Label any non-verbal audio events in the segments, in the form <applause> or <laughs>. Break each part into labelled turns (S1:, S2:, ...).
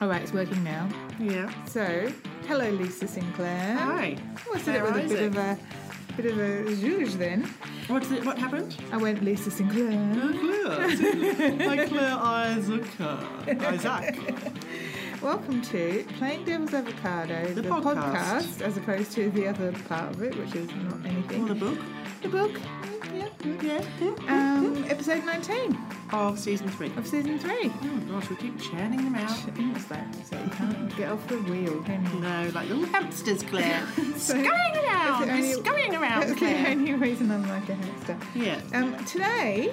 S1: All right, it's working now.
S2: Yeah.
S1: So, hello, Lisa Sinclair.
S2: Hi.
S1: What's it
S2: Sarah
S1: with a bit of
S2: Isaac.
S1: a bit of a zhuzh then?
S2: What's it, what happened?
S1: I went Lisa Sinclair.
S2: Uh, <laughs> Claire. Hi, Claire Isaac. uh, Isaac.
S1: Welcome to Plain Devil's Avocado,
S2: The
S1: podcast.
S2: podcast.
S1: as opposed to the other part of it, which is not anything.
S2: Or the book.
S1: the book. mm, Yeah.
S2: Yeah.
S1: Um, episode 19
S2: Of season three.
S1: of season three.
S2: Oh gosh, we keep churning them out.
S1: What's that? So you can't get off the wheel, can you?
S2: No, like little hamsters, <laughs> Claire.
S1: So- <laughs>
S2: scurrying around,
S1: That's the
S2: they're
S1: only-
S2: scurrying around,
S1: That's the
S2: Claire.
S1: only reason I'm like a hamster.
S2: Yeah.
S1: Um, today,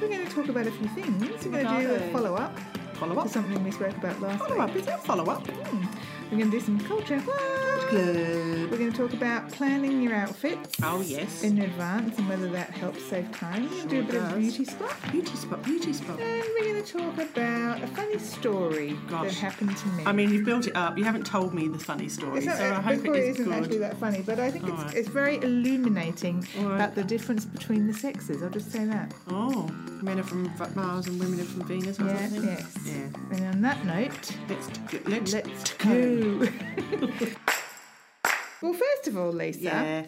S1: we're going to talk about a few things. We're going to do a
S2: Ricardo.
S1: follow up
S2: Follow
S1: for
S2: up.
S1: something we spoke about last
S2: Follow up.
S1: week.
S2: Is that follow up?
S1: Hmm. We're going to do some culture. We're
S2: Claire.
S1: going to talk about planning your outfits
S2: Oh yes.
S1: in advance and whether that helps save time. We're going to do a
S2: Sure
S1: bit of
S2: does.
S1: beauty spot.
S2: Beauty spot. Beauty spot.
S1: And we're going to talk about a funny story that
S2: Gosh.
S1: happened to me.
S2: I mean, you've built it up. You haven't told me the funny story,
S1: It's not,
S2: so I
S1: the
S2: hope it
S1: story
S2: is
S1: isn't actually
S2: good.
S1: that funny, but I think it's,
S2: Alright.
S1: it's very illuminating
S2: Alright.
S1: about the difference between the sexes. I'll just say that.
S2: Oh, men are from V- Mars and women are from Venus. or
S1: Yeah,
S2: something.
S1: yes.
S2: Yeah.
S1: And on that note,
S2: Let's do, let's,
S1: let's go.
S2: go.
S1: <laughs> well, first of all, Lisa,
S2: Yeah.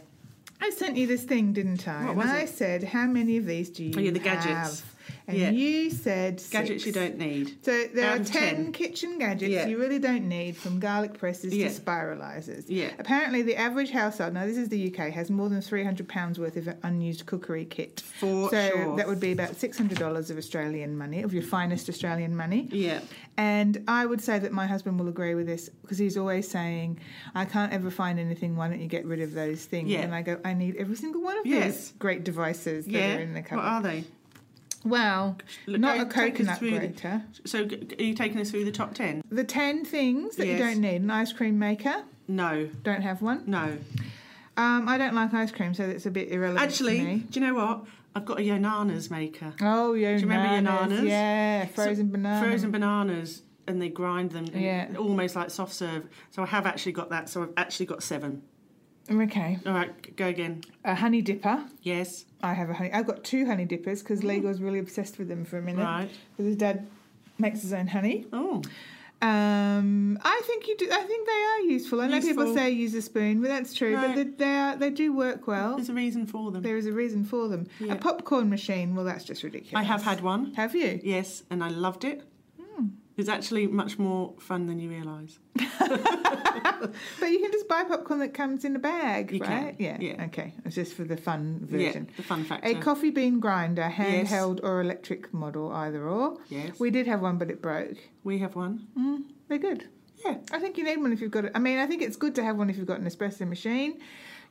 S1: I sent you this thing, didn't I?
S2: What
S1: and
S2: was
S1: I
S2: it?
S1: said, "How many of these do you
S2: Oh, yeah, the gadgets.
S1: have?" And
S2: Yeah.
S1: you said
S2: Gadgets
S1: six.
S2: you don't need.
S1: So there
S2: Out
S1: are
S2: of
S1: 10,
S2: 10.
S1: kitchen gadgets
S2: Yeah.
S1: you really don't need, from garlic presses
S2: Yeah.
S1: to spiralizers.
S2: Yeah.
S1: Apparently, the average household, now this is the UK, has more than £300 worth of unused cookery kit.
S2: For
S1: so
S2: sure.
S1: that would be about $600 of Australian money, of your finest Australian money.
S2: Yeah.
S1: And I would say that my husband will agree with this because he's always saying, I can't ever find anything, why don't you get rid of those things?
S2: Yeah.
S1: And I go, I need every single one of these
S2: Yes.
S1: great devices that
S2: Yeah.
S1: are in the
S2: what
S1: cupboard.
S2: are they?
S1: well,
S2: Look,
S1: not
S2: go-
S1: a
S2: take
S1: coconut
S2: us through the-
S1: grater.
S2: So, g- g- are you taking us through the top ten?
S1: The 10 things that
S2: Yes.
S1: you don't need. An ice cream maker,
S2: No,
S1: don't have one.
S2: no.
S1: Um, I don't like ice cream, so that's a bit irrelevant
S2: Actually,
S1: to me.
S2: do you know what? I've got a Yonanas maker.
S1: Oh, yeah.
S2: you remember Yananas?
S1: Yeah, frozen bananas.
S2: Frozen bananas, and they grind them and
S1: Um. Yeah.
S2: almost like soft serve. So I have actually got that. So I've actually got seven.
S1: Okay.
S2: All right, g- go again.
S1: A honey dipper.
S2: Yes,
S1: I have a honey. I've got two honey dippers because
S2: Mm.
S1: Lego's really obsessed with them for a minute.
S2: right.
S1: Because his dad makes his own honey.
S2: Oh,
S1: Um, I think you do. I think they are useful. I know people
S2: Useful.
S1: say use a spoon, but that's true. But
S2: No.
S1: they, they are. They do work well.
S2: there's a reason for them.
S1: There is a reason for them.
S2: Yeah.
S1: A popcorn machine. Well, that's just ridiculous.
S2: I have had one.
S1: Have you?
S2: Yes, and I loved it.
S1: Hmm.
S2: It's actually much more fun than you realise.
S1: But you can just buy popcorn that comes in a bag,
S2: You can,
S1: right? Yeah.
S2: yeah.
S1: Okay. It's just for the fun
S2: Yeah,
S1: version.
S2: the fun factor.
S1: A coffee bean grinder,
S2: Yes.
S1: handheld or electric model, either or.
S2: yes, we,
S1: We did have one, but it broke.
S2: have one.
S1: Mm, they're good.
S2: Yeah,
S1: I think you need one if you've got. A, I mean, I think it's good to have one if you've got an espresso machine.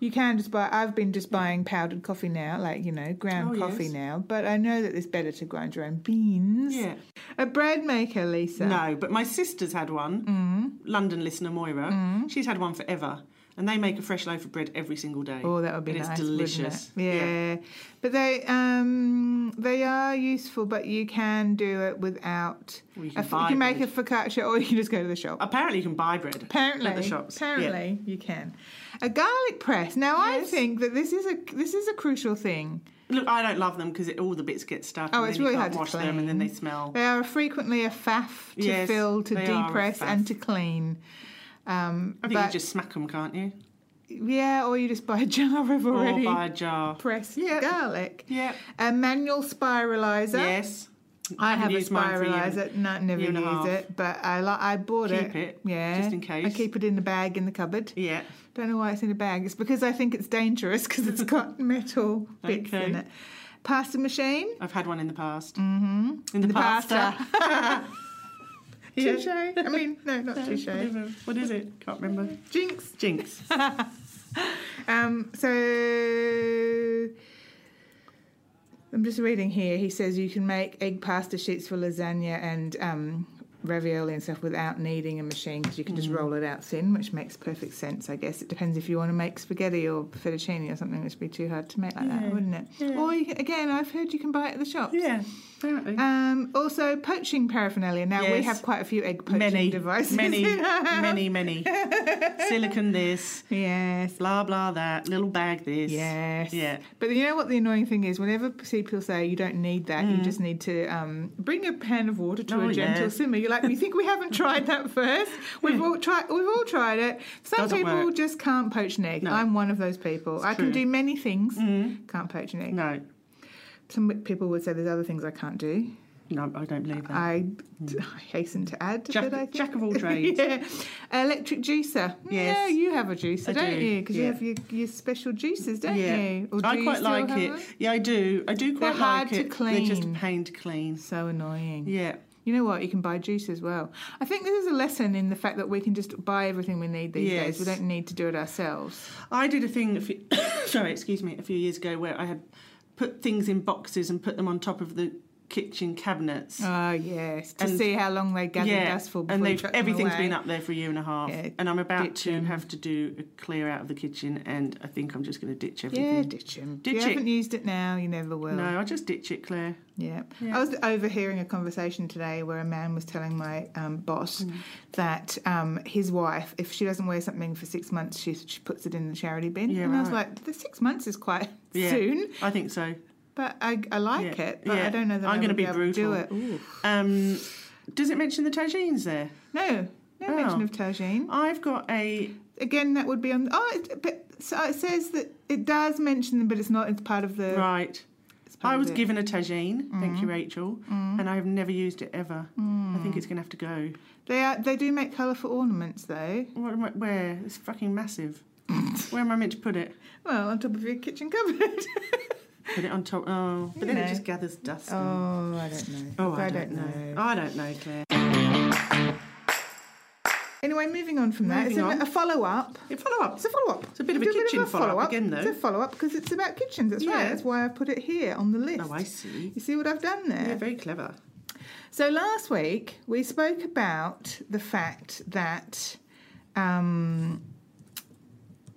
S1: You can just buy. I've been just buying powdered coffee now, like you know, ground
S2: Oh,
S1: coffee
S2: yes.
S1: now. But I know that it's better to grind your own beans.
S2: yeah.
S1: A bread maker, Lisa.
S2: No, but my sister's had one.
S1: Mm.
S2: London listener Moira, she's had one forever, and they make a fresh loaf of bread every single day.
S1: Oh, that would be
S2: And it's
S1: nice. wouldn't it?
S2: delicious.
S1: Yeah. but they um they are useful, but you can do it without.
S2: Or you
S1: a
S2: can
S1: f- you
S2: buy
S1: can make
S2: bread.
S1: a focaccia, or you can just go to the shop.
S2: Apparently, you can buy bread
S1: Apparently,
S2: at the shops. Yeah.
S1: apparently you can. A garlic press. Now I
S2: Yes.
S1: think that this is a this is a crucial thing.
S2: Look, I don't love them because all the bits get stuck.
S1: Oh,
S2: and
S1: it's
S2: then
S1: really
S2: you
S1: hard
S2: can't
S1: to
S2: wash them, and then
S1: clean.
S2: they smell.
S1: They are frequently a faff to
S2: Yes,
S1: fill, to
S2: they are a
S1: depress,
S2: faff.
S1: and to clean. Um,
S2: I think
S1: but-
S2: you just smack them, can't you?
S1: yeah, or you just buy a jar of already
S2: Or buy a jar.
S1: pressed
S2: Yeah.
S1: garlic.
S2: Yeah.
S1: A manual spiralizer.
S2: Yes.
S1: I have a
S2: used mine for a year.
S1: spiralizer. No, never
S2: year
S1: use
S2: and a half.
S1: it, but I li- I bought
S2: Keep
S1: it.
S2: it,
S1: Yeah,
S2: just in case.
S1: I keep it in a bag in the cupboard.
S2: Yeah.
S1: Don't know why it's in a bag. It's because I think it's dangerous because
S2: <laughs>
S1: it's got metal bits
S2: Okay.
S1: in it. Pasta machine.
S2: I've had one in the past. Mm-hmm. In the, pasta. <laughs> Yeah.
S1: Touche. I mean, no, not touche.
S2: Whatever. What is it? Can't remember.
S1: Jinx.
S2: Jinx.
S1: Um, so I'm just reading here. He says you can make egg pasta sheets for lasagna and um, ravioli and stuff without needing a machine because you can just
S2: Mm.
S1: roll it out thin, which makes perfect sense, I guess. It depends if you want to make spaghetti or fettuccine or something, which would be too hard to make like that,
S2: Yeah.
S1: wouldn't it?
S2: Yeah.
S1: Or you can, again, I've heard you can buy it at the shops.
S2: <laughs> yeah. Apparently.
S1: Um, also, poaching paraphernalia. Now we
S2: Yes.
S1: have quite a few egg poaching
S2: many
S1: devices.
S2: <laughs> Many,
S1: in our house.
S2: many, many. Silicon this,
S1: <laughs> Yes.
S2: blah, blah, that, little bag this.
S1: Yes.
S2: Yeah.
S1: But you know what the annoying thing is? Whenever people say you don't need that, you just need to um, bring a pan of water to
S2: Mm. Oh,
S1: a gentle
S2: yeah.
S1: simmer. You're like, we think we haven't tried that
S2: <laughs>
S1: first. We've all tried. We've all tried it. Some
S2: Doesn't
S1: people
S2: work.
S1: just can't poach an egg.
S2: No.
S1: I'm one of those people. I can do
S2: true.
S1: many things.
S2: Mm.
S1: Can't poach an egg.
S2: No,
S1: Some people would say there's other things I can't do.
S2: no, I don't believe that.
S1: I, I hasten to add
S2: Mm. Jack-
S1: that I think-
S2: jack
S1: <laughs>
S2: of <laughs> all trades.
S1: yeah. Electric juicer.
S2: Yes.
S1: Yeah, you have a juicer,
S2: I
S1: don't
S2: do,
S1: you? Because you
S2: yeah.
S1: have your, your special juices, don't
S2: yeah,
S1: you? Or do
S2: I
S1: you
S2: quite
S1: still
S2: like
S1: have
S2: it.
S1: them?
S2: Yeah, I do. I do quite
S1: They're hard
S2: like
S1: to
S2: it. They're just a
S1: clean.
S2: pain to clean. Mm.
S1: So annoying.
S2: Yeah,
S1: You know what? You can buy juice as well. I think this is a lesson in the fact that we can just buy everything we need these days. We
S2: Yes.
S1: don't need to do it ourselves.
S2: I did a thing. A few, <coughs> sorry, excuse me. A few years ago, where I had put things in boxes and put them on top of the kitchen cabinets.
S1: Oh yes, to
S2: Uh, And-
S1: see how long they gather
S2: yeah,
S1: dust for before
S2: and
S1: you
S2: they've
S1: chuck them
S2: everything's
S1: away.
S2: been up there for a year and a half,
S1: Yeah,
S2: and I'm about
S1: ditching.
S2: to have to do a clear out of the kitchen, and I think I'm just going to ditch everything.
S1: Yeah, ditch 'em.
S2: Ditch
S1: you
S2: it.
S1: haven't used it now, you never will.
S2: No, I'll just ditch it, Claire.
S1: Yeah.
S2: Yeah.
S1: I was overhearing a conversation today where a man was telling my um, boss
S2: Mm.
S1: that um, his wife, if she doesn't wear something for six months, she, she puts it in the charity bin.
S2: Yeah,
S1: and I was
S2: right.
S1: like, the six months is quite <laughs>
S2: Yeah.
S1: soon,
S2: I think so.
S1: but I, I like
S2: Yeah.
S1: it, but I
S2: Yeah.
S1: don't know that
S2: I'm
S1: I
S2: gonna
S1: would
S2: be
S1: able to do it.
S2: brutal. Um, does it mention the tagines there?
S1: No, no
S2: Oh.
S1: mention of tagine.
S2: I've got a
S1: Again, that would be on. Oh, it, but so it says that it does mention them, but it's not. It's part of the.
S2: right.
S1: it's part
S2: I
S1: of
S2: was
S1: it.
S2: given a tagine. Thank you,
S1: Mm.
S2: Rachel. And I have never used it ever. I think it's going to have to go.
S1: They are. They do make colourful ornaments, though.
S2: What am I, where? It's
S1: <laughs>
S2: fucking massive. Where am I meant to put it?
S1: Well, on top of your kitchen cupboard. <laughs>
S2: Put it on top. Oh, but
S1: You
S2: then
S1: know.
S2: it just gathers dust. and-
S1: Oh, I don't know.
S2: oh, I, don't, know. I don't know, Claire.
S1: Oh, Anyway, moving on from that, it's
S2: Moving
S1: a,
S2: on.
S1: a follow up.
S2: It follow up.
S1: It's a follow up.
S2: It's a bit of a kitchen follow-up again, though.
S1: It's a follow up because it's about kitchens. That's right.
S2: Yeah.
S1: That's why I put it here on the list.
S2: Oh, I see.
S1: You see what I've done there?
S2: Yeah, very clever.
S1: So last week we spoke about the fact that um,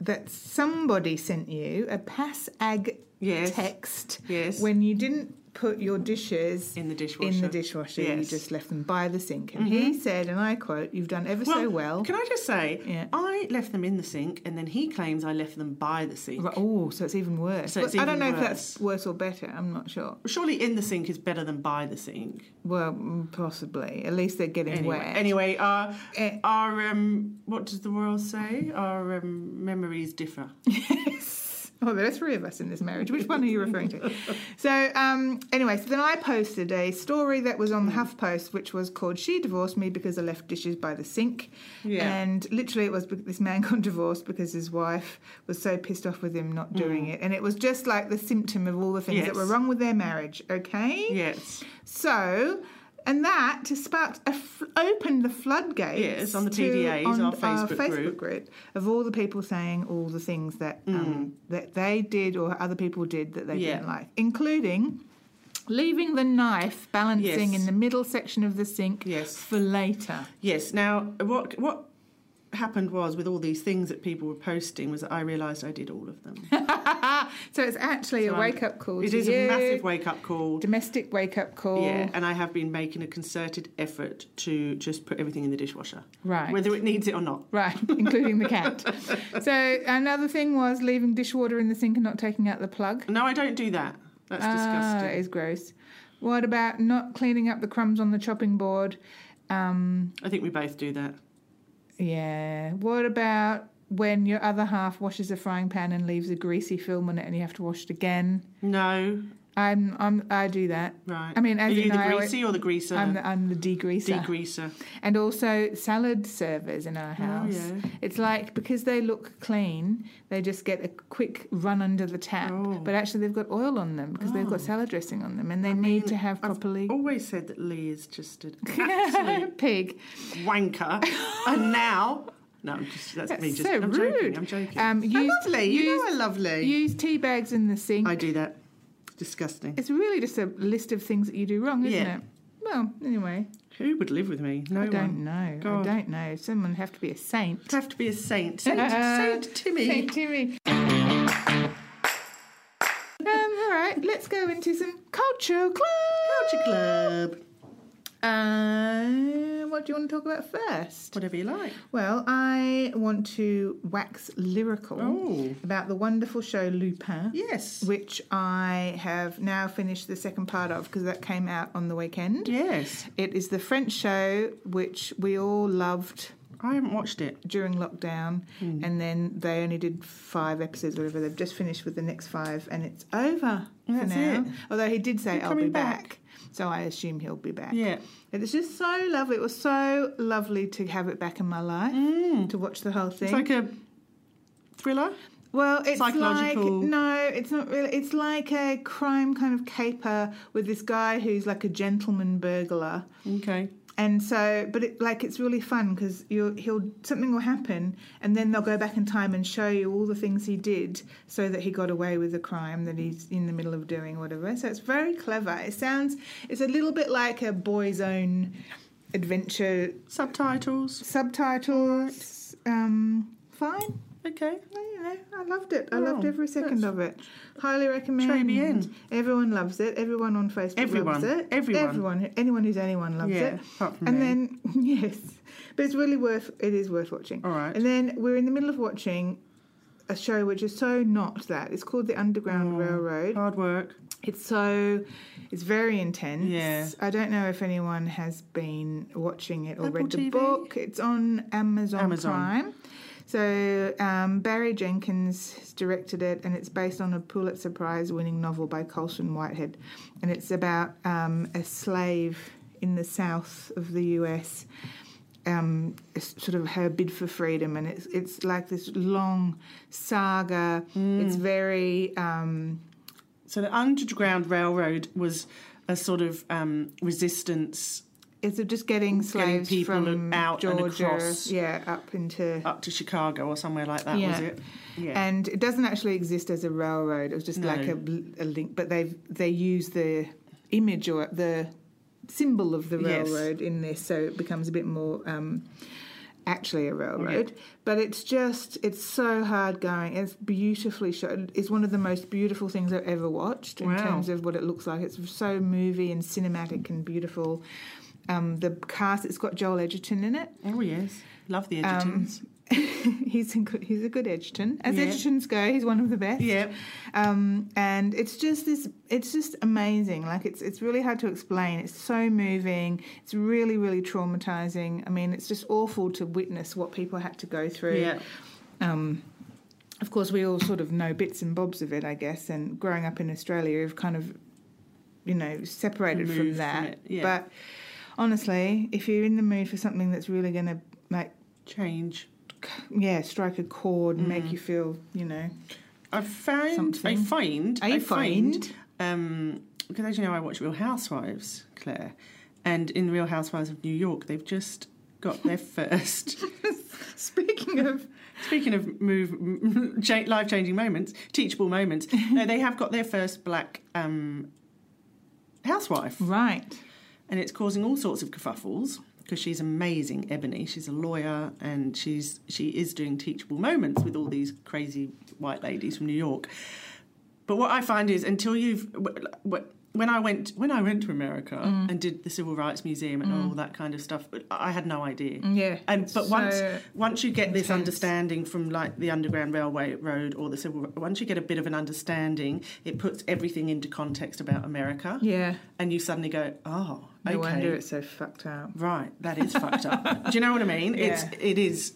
S1: that somebody sent you a pass ag
S2: Yes.
S1: text
S2: Yes.
S1: when you didn't put your dishes
S2: in the dishwasher.
S1: in the dishwasher. You
S2: Yes. Mm-hmm.
S1: just left them by the sink. And he said, and I quote, "You've done ever so well."
S2: Can I just say,
S1: Yeah.
S2: I left them in the sink, and then he claims I left them by the sink.
S1: Right, oh, so it's even worse.
S2: So it's
S1: Well, I don't
S2: even
S1: know if that's worse or better. I'm not sure.
S2: Surely in the sink is better than by the sink.
S1: Well, mm, possibly. At least they're getting
S2: Anyway,
S1: wet.
S2: anyway, our
S1: Eh.
S2: our um, what does the world say? Our um,
S1: <laughs>
S2: memories differ.
S1: Oh, there are three of us in this marriage. Which one are you referring to? so, um, anyway, so then I posted a story that was
S2: Hmm.
S1: on the HuffPost, which was called "She Divorced Me Because I Left Dishes by the Sink,"
S2: Yeah.
S1: and literally it was be- this man <laughs> got divorced because his wife was so pissed off with him not doing it, and it was just like the symptom of all the things that
S2: Hmm. Yes.
S1: were wrong with their marriage. Okay,
S2: Yes,
S1: so. And that sparked, a f- opened the floodgates.
S2: Yes, on the
S1: to-
S2: PDAs,
S1: on
S2: our Facebook group.
S1: group of all the people saying all the things that um, that they did or other people did that they
S2: Mm. Yeah.
S1: didn't like, including leaving the knife balancing
S2: Yes.
S1: in the middle section of the sink
S2: Yes.
S1: for later.
S2: yes. Now, what what happened was with all these things that people were posting was that I realised I did all
S1: <laughs>
S2: of them.
S1: so it's actually
S2: So
S1: a
S2: I'm-
S1: wake up call.
S2: it
S1: to
S2: is
S1: you.
S2: a massive wake up call.
S1: domestic wake up call.
S2: Yeah, and I have been making a concerted effort to just put everything in the dishwasher,
S1: Right.
S2: whether it needs it or not.
S1: Right, <laughs> including the
S2: <laughs>
S1: cat. so another thing was leaving dishwater in the sink and not taking out the plug.
S2: No, I don't do that. That's
S1: Ah,
S2: disgusting.
S1: That is gross. What about not cleaning up the crumbs on the chopping board? Um,
S2: I think we both do that.
S1: yeah. What about when your other half washes a frying pan and leaves a greasy film on it and you have to wash it again?
S2: No,
S1: I'm, I'm I do that.
S2: right.
S1: I mean, as
S2: are you
S1: in
S2: the
S1: I always-
S2: greasy or the greaser?
S1: I'm the, I'm the degreaser.
S2: Degreaser.
S1: and also salad servers in our house.
S2: Oh, yeah.
S1: It's like because they look clean, they just get a quick run under the tap,
S2: Oh.
S1: but actually they've got oil on them because they've got salad dressing on them and they need to have properly
S2: Always said that Lee is just
S1: <laughs>
S2: an absolute
S1: pig.
S2: wanker, and now no, I'm just that's,
S1: That's
S2: me. Just
S1: so
S2: I'm
S1: rude.
S2: joking. I'm joking.
S1: Um,
S2: I
S1: used-
S2: love Lee. you know
S1: used-
S2: I love Lee.
S1: Use tea bags in the sink.
S2: I do that. Disgusting.
S1: It's really just a list of things that you do wrong, isn't
S2: Yeah.
S1: it? Well, anyway,
S2: Who would live with me? No
S1: I
S2: one.
S1: don't know. I
S2: God.
S1: don't know. Someone would have to be a saint. <laughs>
S2: I'd have to be a saint. Saint, saint Timmy.
S1: Uh, Saint Timmy. um, all right, let's go into some cultural clues.
S2: Culture Club.
S1: Uh, what do you want to talk about first?
S2: Whatever you like.
S1: Well, I want to wax lyrical
S2: Oh.
S1: about the wonderful show Lupin.
S2: Yes.
S1: Which I have now finished the second part of because that came out on the weekend.
S2: Yes.
S1: It is the French show which we all loved
S2: I haven't watched it.
S1: during lockdown,
S2: Hmm.
S1: and then they only did five episodes or whatever. They've just finished with the next five, and it's over
S2: That's
S1: for now.
S2: it.
S1: Although he did say,
S2: He's
S1: "I'll
S2: coming
S1: be
S2: back."
S1: back. so I assume he'll be back.
S2: Yeah.
S1: And it's just so lovely. It was so lovely to have it back in my life
S2: Mm.
S1: to watch the whole thing.
S2: It's like a thriller.
S1: well, it's
S2: psychological-
S1: like no, it's not really. It's like a crime kind of caper with this guy who's like a gentleman burglar.
S2: Okay.
S1: and so but it, like it's really fun because you'll he'll something will happen and then they'll go back in time and show you all the things he did so that he got away with the crime that he's in the middle of doing or whatever so it's very clever it sounds it's a little bit like a boy's own adventure
S2: Subtitles.
S1: subtitles um fine
S2: Okay.
S1: I don't know. I loved it. I
S2: Oh,
S1: loved every second
S2: that's-
S1: of it. Highly recommend.
S2: Très bien.
S1: Everyone loves it. Everyone on Facebook
S2: Everyone.
S1: loves it.
S2: Everyone.
S1: Everyone. Anyone who's anyone loves
S2: yeah.
S1: it.
S2: Apart from
S1: And
S2: me.
S1: then <laughs> yes, but it's really worth it is worth watching.
S2: All right.
S1: And then we're in the middle of watching a show which is so not that. It's called The Underground
S2: Oh.
S1: Railroad.
S2: Hard work.
S1: It's so it's very intense.
S2: Yeah.
S1: I don't know if anyone has been watching it or
S2: Apple
S1: read the
S2: TV?
S1: book. It's on Amazon,
S2: Amazon.
S1: Prime. So um, Barry Jenkins has directed it, and it's based on a Pulitzer Prize-winning novel by Colson Whitehead, and it's about um, a slave in the South of the U.S. Um, s- sort of her bid for freedom, and it's it's like this long saga.
S2: Mm.
S1: It's very um,
S2: So the Underground Railroad was a sort of um, resistance
S1: It's of just getting slaves
S2: people
S1: from
S2: out and
S1: Georgia,
S2: across.
S1: yeah, up into.
S2: up to Chicago or somewhere like that. Was
S1: Yeah. Uh,
S2: it? Yeah.
S1: And it doesn't actually exist as a railroad. It was just
S2: No.
S1: like a, bl- a link, but they they use the image or the symbol of the
S2: Yes.
S1: railroad in this, so it becomes a bit more um, actually a railroad. But it's just it's so hard going. It's beautifully shot. It's one of the most beautiful things I've ever watched in
S2: Wow.
S1: terms of what it looks like. It's so movie and cinematic and beautiful. Um, the cast it's got Joel Edgerton in it.
S2: oh yes. Love
S1: um,
S2: the Edgertons.
S1: <laughs> he's a good, he's a good Edgerton. As
S2: Yeah.
S1: Edgertons go, he's one of the best.
S2: yeah.
S1: Um, and it's just this. It's just amazing. Like it's it's really hard to explain. It's so moving. It's really really traumatizing. I mean, it's just awful to witness what people had to go through.
S2: Yeah.
S1: Um, of course, we all sort of know bits and bobs of it, I guess. And growing up in Australia, we've kind of, you know, separated
S2: Removed
S1: from
S2: from
S1: that.
S2: it, yeah.
S1: But honestly, if you're in the mood for something that's really going to like
S2: Change.
S1: yeah, strike a chord and
S2: Mm.
S1: make you feel, you know.
S2: I found. I
S1: Something.
S2: find.
S1: I find.
S2: Um, because as you know, I watch Real Housewives, Claire, and in Real Housewives of New York, they've just
S1: <laughs>
S2: got their first.
S1: Speaking of,
S2: Speaking of move, <laughs> cha- life-changing moments, teachable moments. no, they have got their first black um, housewife,
S1: right,
S2: and it's causing all sorts of kerfuffles because she's amazing, Ebony. She's a lawyer, and she's she is doing teachable moments with all these crazy white ladies from New York. But what I find is until you've wh- wh- when I went when I went to America
S1: Mm.
S2: and did the Civil Rights Museum and all that kind of stuff, I had no idea
S1: yeah.
S2: and but once
S1: Mm. So-
S2: once you get this
S1: intense.
S2: understanding from like the underground railway road or the civil once you get a bit of an understanding it puts everything into context about america
S1: yeah,
S2: and you suddenly go oh
S1: no
S2: okay
S1: wonder it's so fucked up.
S2: right that is fucked up do you know what i
S1: <laughs>
S2: mean it's it is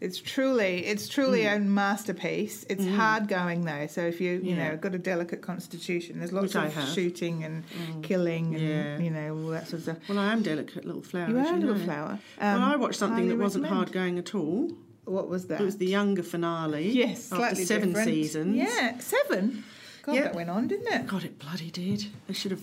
S1: It's truly, it's truly
S2: Mm.
S1: a masterpiece. It's hard going though. So if you, you
S2: Yeah.
S1: know, got a delicate constitution, there's lots
S2: Which I
S1: of
S2: have. Mm.
S1: shooting and killing and
S2: Yeah.
S1: you know all that sort of stuff.
S2: well i am delicate little flower
S1: You
S2: as
S1: are a little
S2: know.
S1: flower.
S2: well,
S1: Um,
S2: I watched something
S1: highly
S2: that wasn't
S1: recommend.
S2: hard going at all.
S1: What was that?
S2: It was
S1: <laughs>
S2: the younger finale.
S1: yes,
S2: after
S1: slightly
S2: seven
S1: different.
S2: seasons.
S1: Yeah, seven. God,
S2: Yeah.
S1: that went on, didn't it?
S2: God, it bloody did. I should have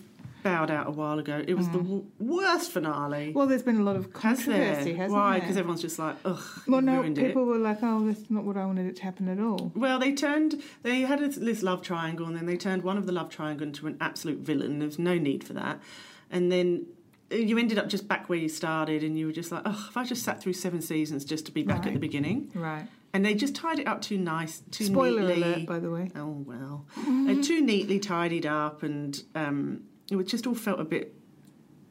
S2: bowed out a while ago. It was the w- worst finale.
S1: Mm. Well, there's been a lot of
S2: Has there?
S1: controversy, hasn't
S2: Why?
S1: there?
S2: Because everyone's just like, ugh,
S1: Well,
S2: you
S1: no,
S2: ruined
S1: people
S2: it.
S1: were like, "Oh, that's not what I wanted it to happen at all."
S2: Well, they turned, they had this- this love triangle, and then they turned one of the love triangle into an absolute villain. There's no need for that. And then uh, you ended up just back where you started, and you were just like, oh, if I just sat through seven seasons just to be back at
S1: Right.
S2: the beginning.
S1: Right.
S2: And they just tied it up too nice, too
S1: Spoiler
S2: neatly.
S1: alert, by the way. <laughs>
S2: Oh well, Uh, too neatly tidied up, and um, it was just all felt a bit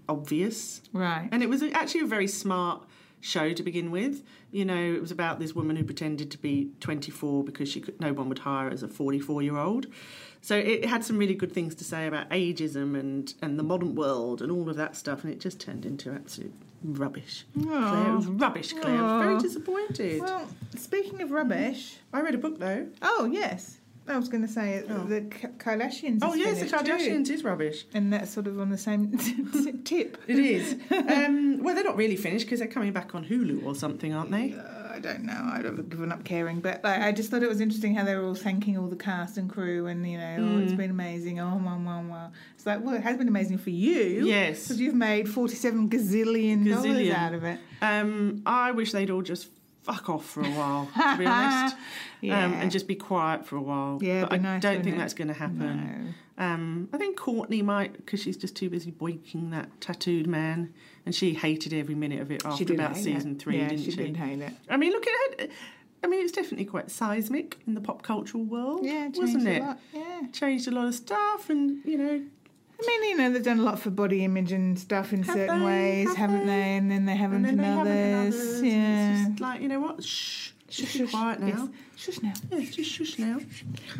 S2: obvious.
S1: Right.
S2: And it was actually a very smart show to begin with. You know, it was about this woman who pretended to be 24 because she could, no one would hire her as a 44 year old. So it had some really good things to say about ageism and, and the modern world and all of that stuff, and it just turned into absolute rubbish. Claire, it was rubbish, Claire. I was very
S1: Aw.
S2: disappointed.
S1: Well, speaking of rubbish,
S2: I read a book though.
S1: oh yes, I was going to say it-
S2: Oh.
S1: the K- Kardashians.
S2: Oh
S1: is
S2: yes, the
S1: finished too.
S2: Kardashians is rubbish.
S1: And that's sort of on the same <laughs> tip.
S2: It is. <laughs> um, well, they're not really finished because they're coming back on Hulu or something, aren't they?
S1: Uh, I don't know. I've given up caring, but like, I just thought it was interesting how they were all thanking all the cast and crew, and you know, oh, it's
S2: Mm.
S1: been amazing. Oh, wow, wow, wow. It's like, well, it has been amazing for you.
S2: Yes.
S1: Because you've made forty-seven gazillion dollars
S2: Gazillion.
S1: out of it.
S2: Um, I wish they'd all just fuck off for a while,
S1: <laughs>
S2: to be honest,
S1: yeah.
S2: um, and just be quiet for a while.
S1: Yeah,
S2: but
S1: be
S2: I
S1: nice,
S2: don't
S1: wouldn't
S2: think
S1: it?
S2: that's going to happen.
S1: No.
S2: Um, I think Courtney might, because she's just too busy boinking that tattooed man, and she hated every minute of it after
S1: did
S2: about
S1: hate
S2: season
S1: it.
S2: three,
S1: yeah,
S2: didn't she?
S1: did hate it.
S2: I mean, look at it. I mean, it's definitely quite seismic in the pop cultural world,
S1: Yeah, it
S2: wasn't
S1: changed
S2: it?
S1: A lot. Yeah.
S2: Changed a lot of stuff, and you know,
S1: I mean, you know, they've done a lot for body image and stuff in
S2: Have
S1: certain
S2: they?
S1: ways,
S2: Have
S1: haven't
S2: they?
S1: they? And then they haven't
S2: and then
S1: in
S2: they haven't in
S1: others.
S2: others, and
S1: Yeah.
S2: it's just like you know what? Shh, just be quiet now.
S1: yes. Shush now.
S2: Yeah, just shush now.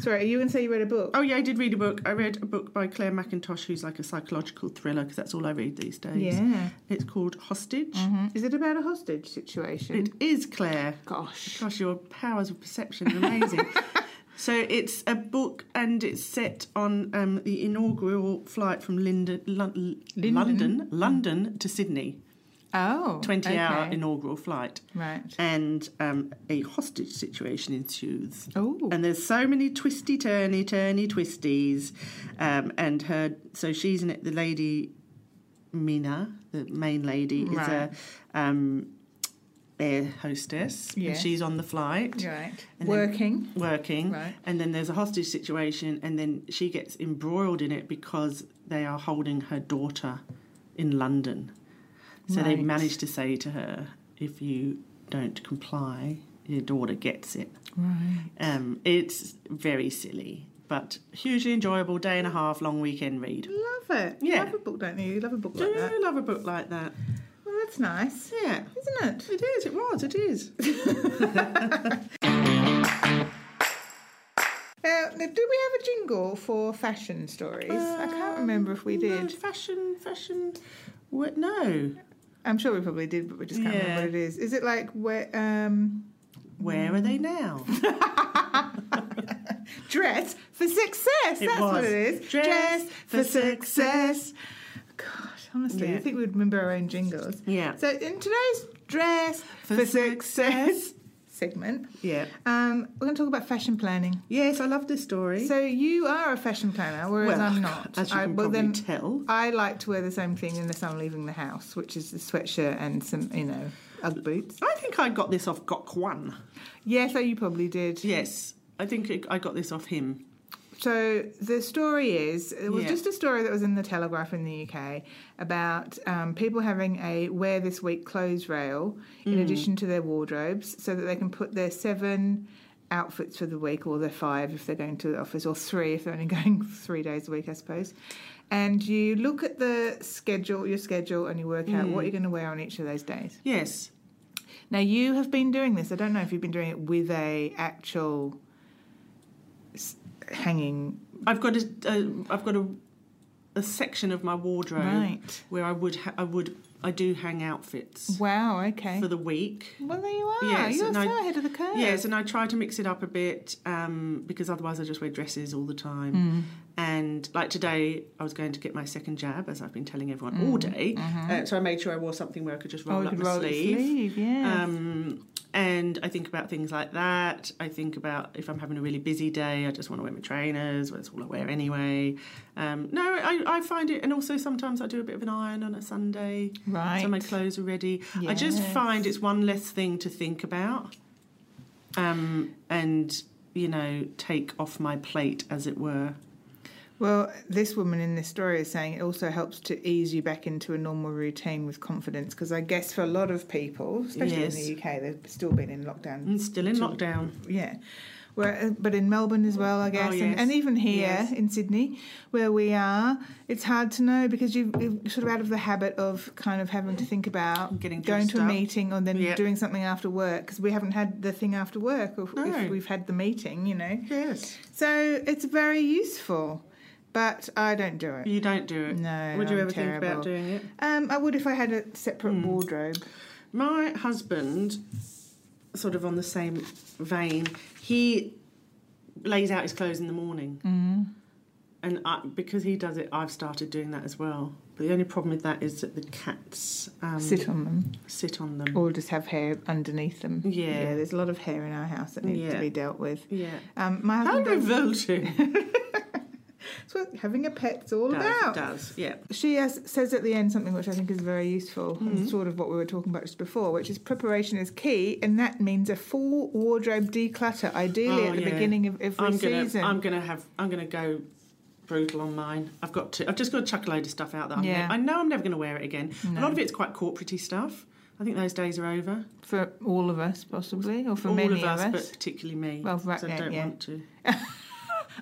S1: Sorry, are you going to say you read a book?
S2: Oh yeah, I did read a book. I read a book by Claire McIntosh, who's like a psychological thriller, because that's all I read these days.
S1: yeah.
S2: It's called Hostage.
S1: hmm Is it about a hostage situation?
S2: Mm-hmm. It is Claire.
S1: Gosh.
S2: Gosh, your powers of perception are
S1: <laughs>
S2: amazing. so it's a book, and it's set on um, the inaugural flight from Linda, Lon-
S1: Linden? Mm.
S2: London, London to Sydney,
S1: Oh.
S2: twenty-hour
S1: okay.
S2: inaugural flight,
S1: Right.
S2: and um, a hostage situation ensues.
S1: Oh.
S2: And there's so many twisty turny turny twisties, um, and her so she's in it. The lady, Mina, the main lady,
S1: Right.
S2: is a um, air hostess,
S1: Yes.
S2: and she's on the flight
S1: Right.
S2: And then-
S1: Working.
S2: working.
S1: Right.
S2: And then there's a hostage situation, and then she gets embroiled in it because they are holding her daughter in London. So they
S1: Right.
S2: managed to say to her, if you don't comply, your daughter gets it.
S1: Right.
S2: Um, it's very silly, but hugely enjoyable day and a half long weekend read.
S1: Love it. You
S2: Yeah.
S1: love a book, don't you? You love a book
S2: Do
S1: like that.
S2: you love a book like that?
S1: Well, that's nice,
S2: Yeah,
S1: isn't it?
S2: it is. It was. It is.
S1: <laughs> Uh, now, did we have a jingle for fashion stories? I can't remember if we
S2: Um,
S1: did.
S2: No, fashion, fashion. What? No.
S1: I'm sure we probably did, but we just can't
S2: Yeah.
S1: remember what it is. Is it like where um,
S2: Where are they now?
S1: dress for success?
S2: It
S1: That's what
S2: was.
S1: it is.
S2: Dress for
S1: success. Gosh, honestly,
S2: Yeah.
S1: I think we'd remember our own jingles.
S2: <laughs> Yeah.
S1: So in today's dress for,
S2: For
S1: success segment,
S2: Yeah.
S1: um, we're going to talk about fashion planning.
S2: Yes, I love this story.
S1: So you are a fashion planner, whereas
S2: <laughs>
S1: I'm not.
S2: Eh? As you
S1: I,
S2: can
S1: well,
S2: probably
S1: then
S2: tell.
S1: I like to wear the same thing unless I'm leaving the house, which is the sweatshirt and some, you know, Ugg boots.
S2: I think I got this off Gok Wan.
S1: Yes, so you probably did.
S2: Yes, I think it- I got this off him.
S1: So the story is it was
S2: Yeah.
S1: just a story that was in the Telegraph in the UK about um, people having a wear this week clothes rail in addition to their wardrobes, so that they can put their seven outfits for the week, or their five if they're going to the office, or three if they're only <laughs> going three days a week, I suppose. And you look at the schedule, your schedule, and you work out what you're going to wear on each of those days.
S2: Yes.
S1: Now you have been doing this. I don't know if you've been doing it with a actual s- hanging
S2: I've got a, a I've got a a section of my wardrobe
S1: Right.
S2: where I would ha- I would I do hang outfits
S1: Wow. Okay.
S2: for the week.
S1: well, there you are.
S2: Yes,
S1: You're
S2: and
S1: so
S2: I-
S1: ahead of the curve.
S2: Yes, and I try to mix it up a bit um, because otherwise I just wear dresses all the time.
S1: Mm.
S2: And like today, I was going to get my second jab, as I've been telling everyone all day. Uh, so I made sure I wore something where I could just roll
S1: Mm. Mm-hmm. Oh, you could
S2: up my
S1: roll up your
S2: sleeve.
S1: sleeve. Yeah.
S2: Um, and I think about things like that. I think about if I'm having a really busy day, I just want to wear my trainers. That's all I wear anyway. Um, no, I, I find it, and also sometimes I do a bit of an iron on a Sunday,
S1: right.
S2: so my clothes are ready. I just
S1: Yes.
S2: find it's one less thing to think about, um, and you know, take off my plate, as it were.
S1: Well, this woman in this story is saying it also helps to ease you back into a normal routine with confidence because I guess for a lot of people, especially
S2: Yes.
S1: in the UK, they've still been in lockdown.
S2: And still in lockdown.
S1: Yeah. where, uh, but in Melbourne as well, I guess,
S2: Oh, yes.
S1: and, and even here
S2: Yes.
S1: in Sydney, where we are, it's hard to know because you- you're sort of out of the habit of kind of having to think about
S2: Getting
S1: going to
S2: dressed
S1: a
S2: up.
S1: meeting or then
S2: Yep.
S1: doing something after work because we haven't had the thing after work or
S2: No.
S1: if we've had the meeting, you know.
S2: Yes.
S1: So it's very useful, but I don't do it.
S2: You don't do it.
S1: No,
S2: Would you
S1: I'm
S2: ever think
S1: terrible.
S2: about doing Hmm. it?
S1: Um, I would if I had a separate wardrobe.
S2: My husband, sort of on the same vein, he lays out his clothes in the morning.
S1: Mm-hmm.
S2: And I, because he does it, I've started doing that as well. But the only problem with that is that the cats um,
S1: Sit on them,
S2: sit on them.
S1: or just have hair underneath them.
S2: Yeah.
S1: there's a lot of hair in our house that needs
S2: Yeah.
S1: to be dealt with.
S2: Yeah.
S1: Um, my
S2: How
S1: husband does,
S2: revolting.
S1: that's what having a pet's all
S2: does,
S1: about.
S2: does, yeah.
S1: She has, says at the end something which I think is very useful,
S2: Mm-hmm.
S1: and sort of what we were talking about just before, which is preparation is key, and that means a full wardrobe declutter, ideally
S2: Oh,
S1: at the
S2: yeah.
S1: beginning of every
S2: I'm gonna,
S1: season.
S2: I'm gonna have, I'm gonna go brutal on mine. I've got to, I've just got to chuck a load of stuff out that I'm
S1: Yeah.
S2: gonna, I know I'm never gonna wear it again. A
S1: No.
S2: lot of it's quite corporatey stuff. I think those days are over.
S1: for all of us, possibly, or for
S2: All
S1: many
S2: of us, but particularly me.
S1: Well, right,
S2: 'cause I
S1: yeah,
S2: don't
S1: yeah.
S2: want to.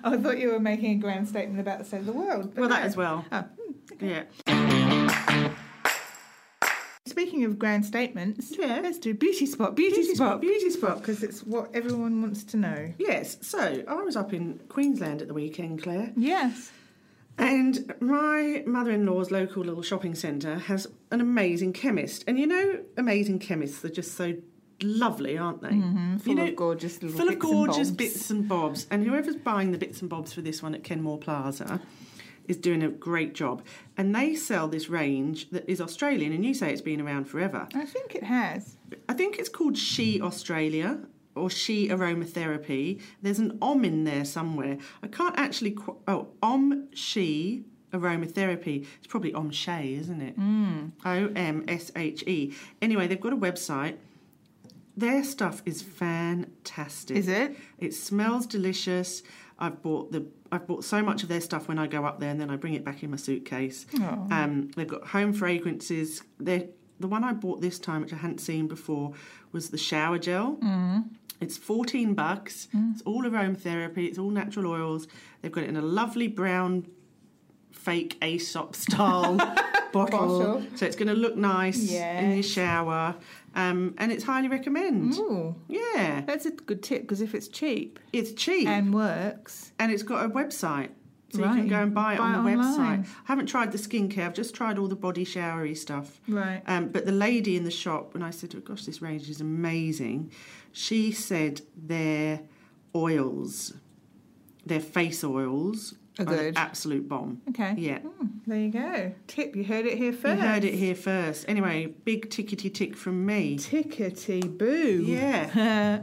S1: I thought you were making a grand statement about the state of the world. but
S2: Well, that
S1: no.
S2: as well.
S1: Oh,
S2: Yeah.
S1: Speaking of grand statements,
S2: Yeah.
S1: let's do beauty spot, beauty,
S2: Beauty
S1: spot,
S2: spot,
S1: beauty spot, because it's what everyone wants to know.
S2: Yes. So I was up in Queensland at the weekend, Claire.
S1: Yes.
S2: And my mother in law's local little shopping centre has an amazing chemist. And you know, amazing chemists, they're just so lovely, aren't they?
S1: Mm, full
S2: you know,
S1: of gorgeous little
S2: full of
S1: bits
S2: gorgeous
S1: and bobs.
S2: bits and bobs. And whoever's buying the bits and bobs for this one at Kenmore Plaza is doing a great job. And they sell this range that is Australian, and you say it's been around forever.
S1: I think it has.
S2: I think it's called She Australia or She Aromatherapy. There's an om in there somewhere. I can't actually. Qu- oh, om she aromatherapy. It's probably om she, isn't it?
S1: Hmm.
S2: O M S H E. Anyway, they've got a website. Their stuff is fantastic.
S1: Is it?
S2: It smells delicious. I've bought the I've bought so much of their stuff when I go up there, and then I bring it back in my suitcase.
S1: Oh.
S2: Um, they've got home fragrances. They the one I bought this time, which I hadn't seen before, was the shower gel. Mm. It's fourteen bucks.
S1: Mm.
S2: It's all aromatherapy. It's all natural oils. They've got it in a lovely brown, fake
S1: <laughs>
S2: Aesop style bottle.
S1: Bottle.
S2: So it's going to look nice in your
S1: Yes. Mm-hmm.
S2: shower, um, and it's highly recommend.
S1: Ooh,
S2: Yeah,
S1: that's a good tip because if it's cheap
S2: it's cheap
S1: and works,
S2: and it's got a website. So you
S1: Right.
S2: can go and buy it
S1: Buy
S2: on the
S1: it online.
S2: website. I haven't tried the skincare, I've just tried all the body showery stuff.
S1: right?
S2: Um, but the lady in the shop, when I said, oh gosh, this range is amazing, she said their oils, their face oils,
S1: Are
S2: the
S1: good.
S2: absolute bomb.
S1: Okay.
S2: Yeah.
S1: Mm, there you go. Tip. You heard it here
S2: You
S1: first.
S2: heard it here first. Anyway, big tickety tick from me.
S1: Tickety boo.
S2: Yeah.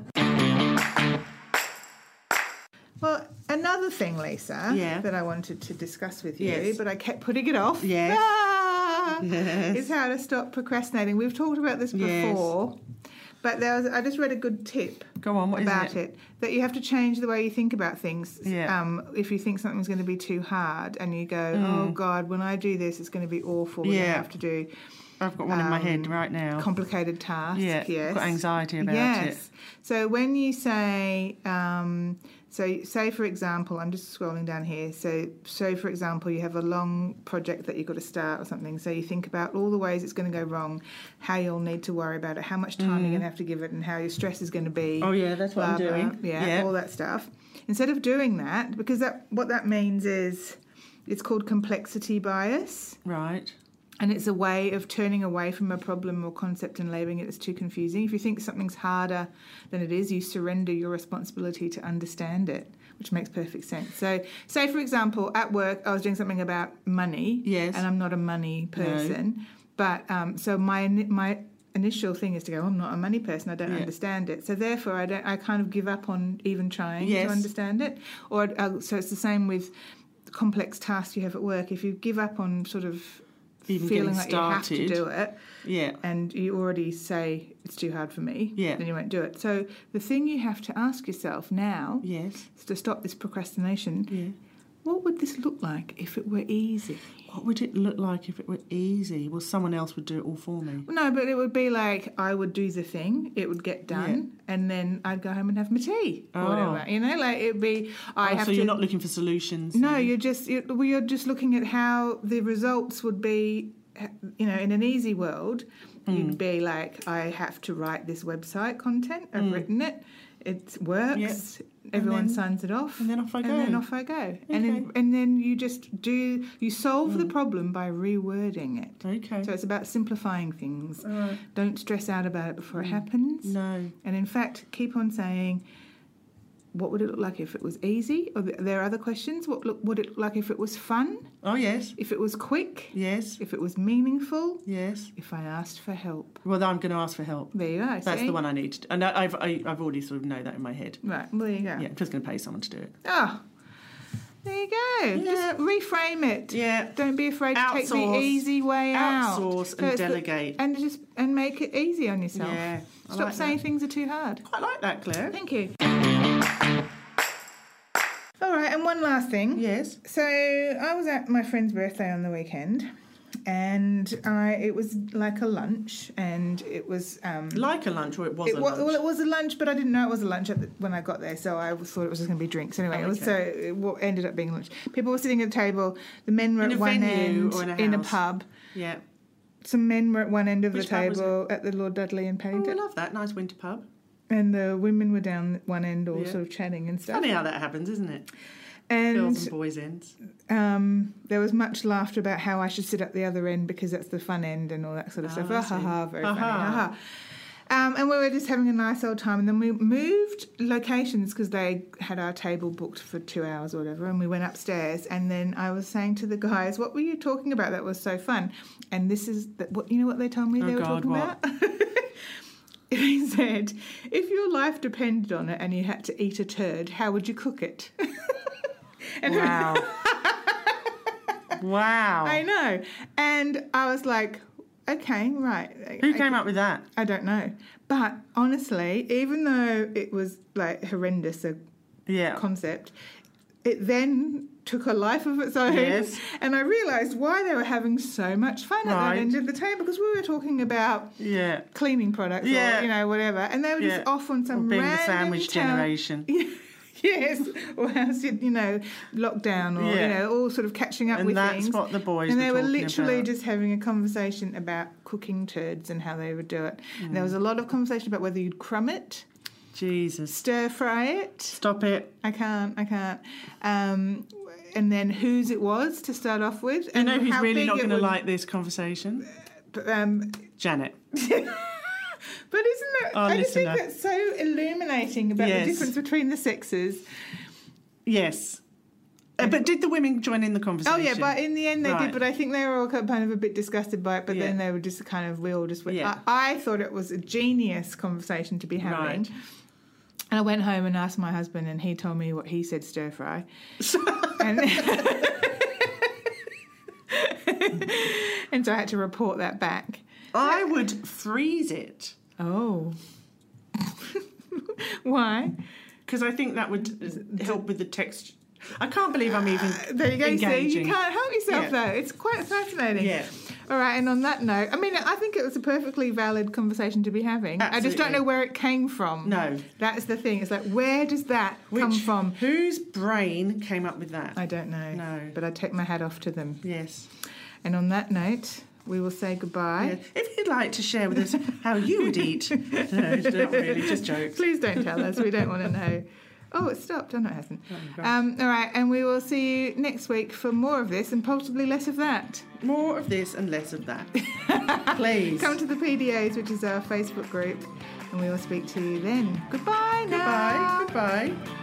S1: <laughs> Well, another thing, Lisa,
S2: Yeah.
S1: that I wanted to discuss with you,
S2: Yes.
S1: but I kept putting it off,
S2: Yes.
S1: Ah!
S2: Yes.
S1: is how to stop procrastinating. We've talked about this
S2: Yes.
S1: before, but there was, I just read a good tip
S2: Go on, what is
S1: about it? that you have to change the way you think about things.
S2: Yeah. Mm.
S1: Um, if you think something's going to be too hard and you go, oh, God, when I do this, it's going to be awful. when I
S2: Yeah.
S1: have to do
S2: I've got one in my head
S1: Um,
S2: right now.
S1: complicated tasks.
S2: yeah,
S1: yes.
S2: got anxiety about it.
S1: yes. So when you say, um, so say for example, I'm just scrolling down here. So so for example, you have a long project that you've got to start or something. So you think about all the ways it's going to go wrong, how you'll need to worry about it, how much time you're going to have to give it, and how your stress is going to be.
S2: Mm. Oh, yeah, that's what I'm doing.
S1: Yeah,
S2: Yeah.
S1: all that stuff. Instead of doing that, because that what that means is, it's called complexity bias.
S2: Right.
S1: And it's a way of turning away from a problem or concept and labeling it as too confusing. If you think something's harder than it is, you surrender your responsibility to understand it, which makes perfect sense. So, say for example, at work, I was doing something about money,
S2: Yes.
S1: and I'm not a money person, but um, so my my initial thing is to go, "Oh, I'm not a money person, I don't
S2: Yeah.
S1: understand it. So therefore, I don't, I kind of give up on even trying
S2: Yes.
S1: to understand it. Or uh, so it's the same with complex tasks you have at work. If you give up on sort of
S2: Even
S1: feeling
S2: getting
S1: like you
S2: started.
S1: have to do it
S2: Yeah.
S1: and you already say it's too hard for me
S2: Yeah.
S1: then you won't do it so the thing you have to ask yourself now
S2: Yes.
S1: to stop this procrastination
S2: Yeah.
S1: what would would this look like if it were easy?
S2: What would it look like if it were easy? Well, someone else would do it all for me.
S1: No, but it would be like I would do the thing, it would get done, and then I'd go home and have my tea or
S2: Oh.
S1: whatever. You know, like it'd be I
S2: Oh,
S1: have
S2: so
S1: to.
S2: you're not looking for solutions.
S1: no, you're just you well, you're just looking at how the results would be. You know, in an easy world,
S2: Mm.
S1: you'd be like, I have to write this website content. I've written it. It works. Everyone
S2: Mm. then-
S1: signs it off.
S2: and then off I
S1: And then
S2: go.
S1: off I go. And then and then you just do you solve the problem by rewording it.
S2: Mm. Okay.
S1: So it's about simplifying things.
S2: all right.
S1: Don't stress out about it before it
S2: Mm.
S1: happens.
S2: No.
S1: And in fact, keep on saying, what would it look like if it was easy? Or th- there are other questions. What look, would it look like if it was fun?
S2: Oh yes.
S1: If it was quick?
S2: Yes.
S1: If it was meaningful?
S2: Yes.
S1: If I asked for help?
S2: Well, I'm going to ask for help.
S1: There you are.
S2: That's
S1: see?
S2: the one I need, to, and I- I've I, I've already sort of know that in my head.
S1: Right. Well, there you go.
S2: Yeah, I'm just going to pay someone to do it.
S1: Oh, there you go. Just reframe it.
S2: Yeah.
S1: Don't be afraid to take the
S2: Outsource.
S1: easy way out.
S2: Outsource
S1: So
S2: and
S1: it's the-
S2: delegate.
S1: and just and make it easy on yourself.
S2: Yeah, I
S1: Stop
S2: like
S1: saying things are too hard.
S2: Quite like that, Claire.
S1: Thank you. All right, and one last thing.
S2: Yes.
S1: So I was at my friend's birthday on the weekend, and I it was like a lunch, and it was um,
S2: Like a lunch, or it was
S1: it
S2: a
S1: wa-
S2: lunch.
S1: Well, it was a lunch, but I didn't know it was a lunch at the, when I got there, so I was- thought it was just going to be drinks. Anyway,
S2: Oh,
S1: it was, so it wa- ended up being lunch. People were sitting at a table. The men were
S2: In
S1: at
S2: a
S1: one
S2: venue
S1: end
S2: or in a house?
S1: pub.
S2: yeah.
S1: Some men were at one end of
S2: Which
S1: the
S2: pub was it?
S1: table at the Lord Dudley in
S2: Oh, I
S1: Paddington,
S2: love that nice winter pub.
S1: and the women were down at one end, all
S2: Yeah.
S1: sort of chatting and stuff.
S2: Funny how that happens, isn't it? Girls
S1: And
S2: and boys ends.
S1: um, there was much laughter about how I should sit at the other end because that's the fun end and all that sort of
S2: Ah,
S1: stuff.
S2: I
S1: Ah, ha,
S2: see.
S1: ha, very funny.
S2: Ha,
S1: Ha,
S2: ha.
S1: ha. Um, and we were just having a nice old time. And then we moved locations because they had our table booked for two hours or whatever. And we went upstairs. And then I was saying to the guys, "What were you talking about? That was so fun." And this is the, what you know. What they told me
S2: Oh,
S1: they were
S2: God,
S1: talking
S2: what?
S1: about. <laughs> He said, if your life depended on it and you had to eat a turd, how would you cook it? <laughs> and
S2: Wow. wow.
S1: <laughs> I know. And I was like, okay, right.
S2: Who
S1: I-
S2: came up with that?
S1: I don't know. But honestly, even though it was like horrendous a
S2: Yeah.
S1: concept, it then took a life of its own.
S2: Yes.
S1: And I realised why they were having so much fun at
S2: Right.
S1: that end of the table because we were talking about
S2: yeah.
S1: cleaning products
S2: Yeah.
S1: or, you know, whatever. And they were
S2: Yeah.
S1: just off on some
S2: Being the
S1: random
S2: sandwich
S1: town-
S2: generation.
S1: <laughs> yes, or how's your, you know, lockdown or,
S2: Yeah.
S1: you know, all sort of catching up
S2: And
S1: with
S2: that's
S1: things.
S2: what the boys
S1: And
S2: were
S1: they were
S2: talking
S1: literally
S2: about.
S1: just having a conversation about cooking turds and how they would do it. And
S2: Mm.
S1: there was a lot of conversation about whether you'd crumb it,
S2: Jesus.
S1: stir fry it.
S2: Stop it.
S1: I can't, I can't. Um, and then whose it was to start off with.
S2: You
S1: and
S2: know who's
S1: how
S2: really
S1: big
S2: not
S1: it
S2: going to
S1: would-
S2: like this conversation?
S1: but, Um, <laughs>
S2: Janet.
S1: but isn't that?
S2: Our
S1: I just think
S2: listener.
S1: that's so illuminating about
S2: Yes.
S1: the difference between the sexes.
S2: Yes. Uh, but did the women join in the
S1: Oh
S2: conversation?
S1: yeah, but in the end they
S2: Right.
S1: did. But I think they were all kind of a bit disgusted by it. But then
S2: Yeah.
S1: they were just kind of we all just went.
S2: Yeah.
S1: I, I thought it was a genius conversation to be having.
S2: Right.
S1: And I went home and asked my husband, and he told me what he said stir
S2: <laughs>
S1: fry. and, <laughs> and so I had to report that back.
S2: I would freeze it
S1: Oh. <laughs> Why?
S2: because I think that would help with the texture. I can't believe I'm even.
S1: <sighs> There you go. See,
S2: Engaging.
S1: you can't help yourself
S2: Yeah.
S1: though. It's quite fascinating.
S2: Yeah.
S1: All right, and on that note, I mean, I think it was a perfectly valid conversation to be having. I just don't
S2: Absolutely.
S1: know where it came from.
S2: No.
S1: that's the thing. It's like, where does that come
S2: Which-
S1: from?
S2: Whose brain came up with that?
S1: Um, I don't know.
S2: No.
S1: but I take my hat off to them.
S2: Yes.
S1: And on that note, we will say goodbye.
S2: Yeah. If you'd like to share with us how you would eat, <laughs> no, not really, just <laughs> jokes.
S1: Please don't tell us. We don't want to know. Oh, it stopped. Oh no, it hasn't.
S2: great.
S1: um, all right, and we will see you next week for more of this and possibly less of that.
S2: More of this and less of <laughs> that, please.
S1: Come to the PDAs, which is our Facebook group, and we will speak to you then. Goodbye now.
S2: Goodbye. Goodbye.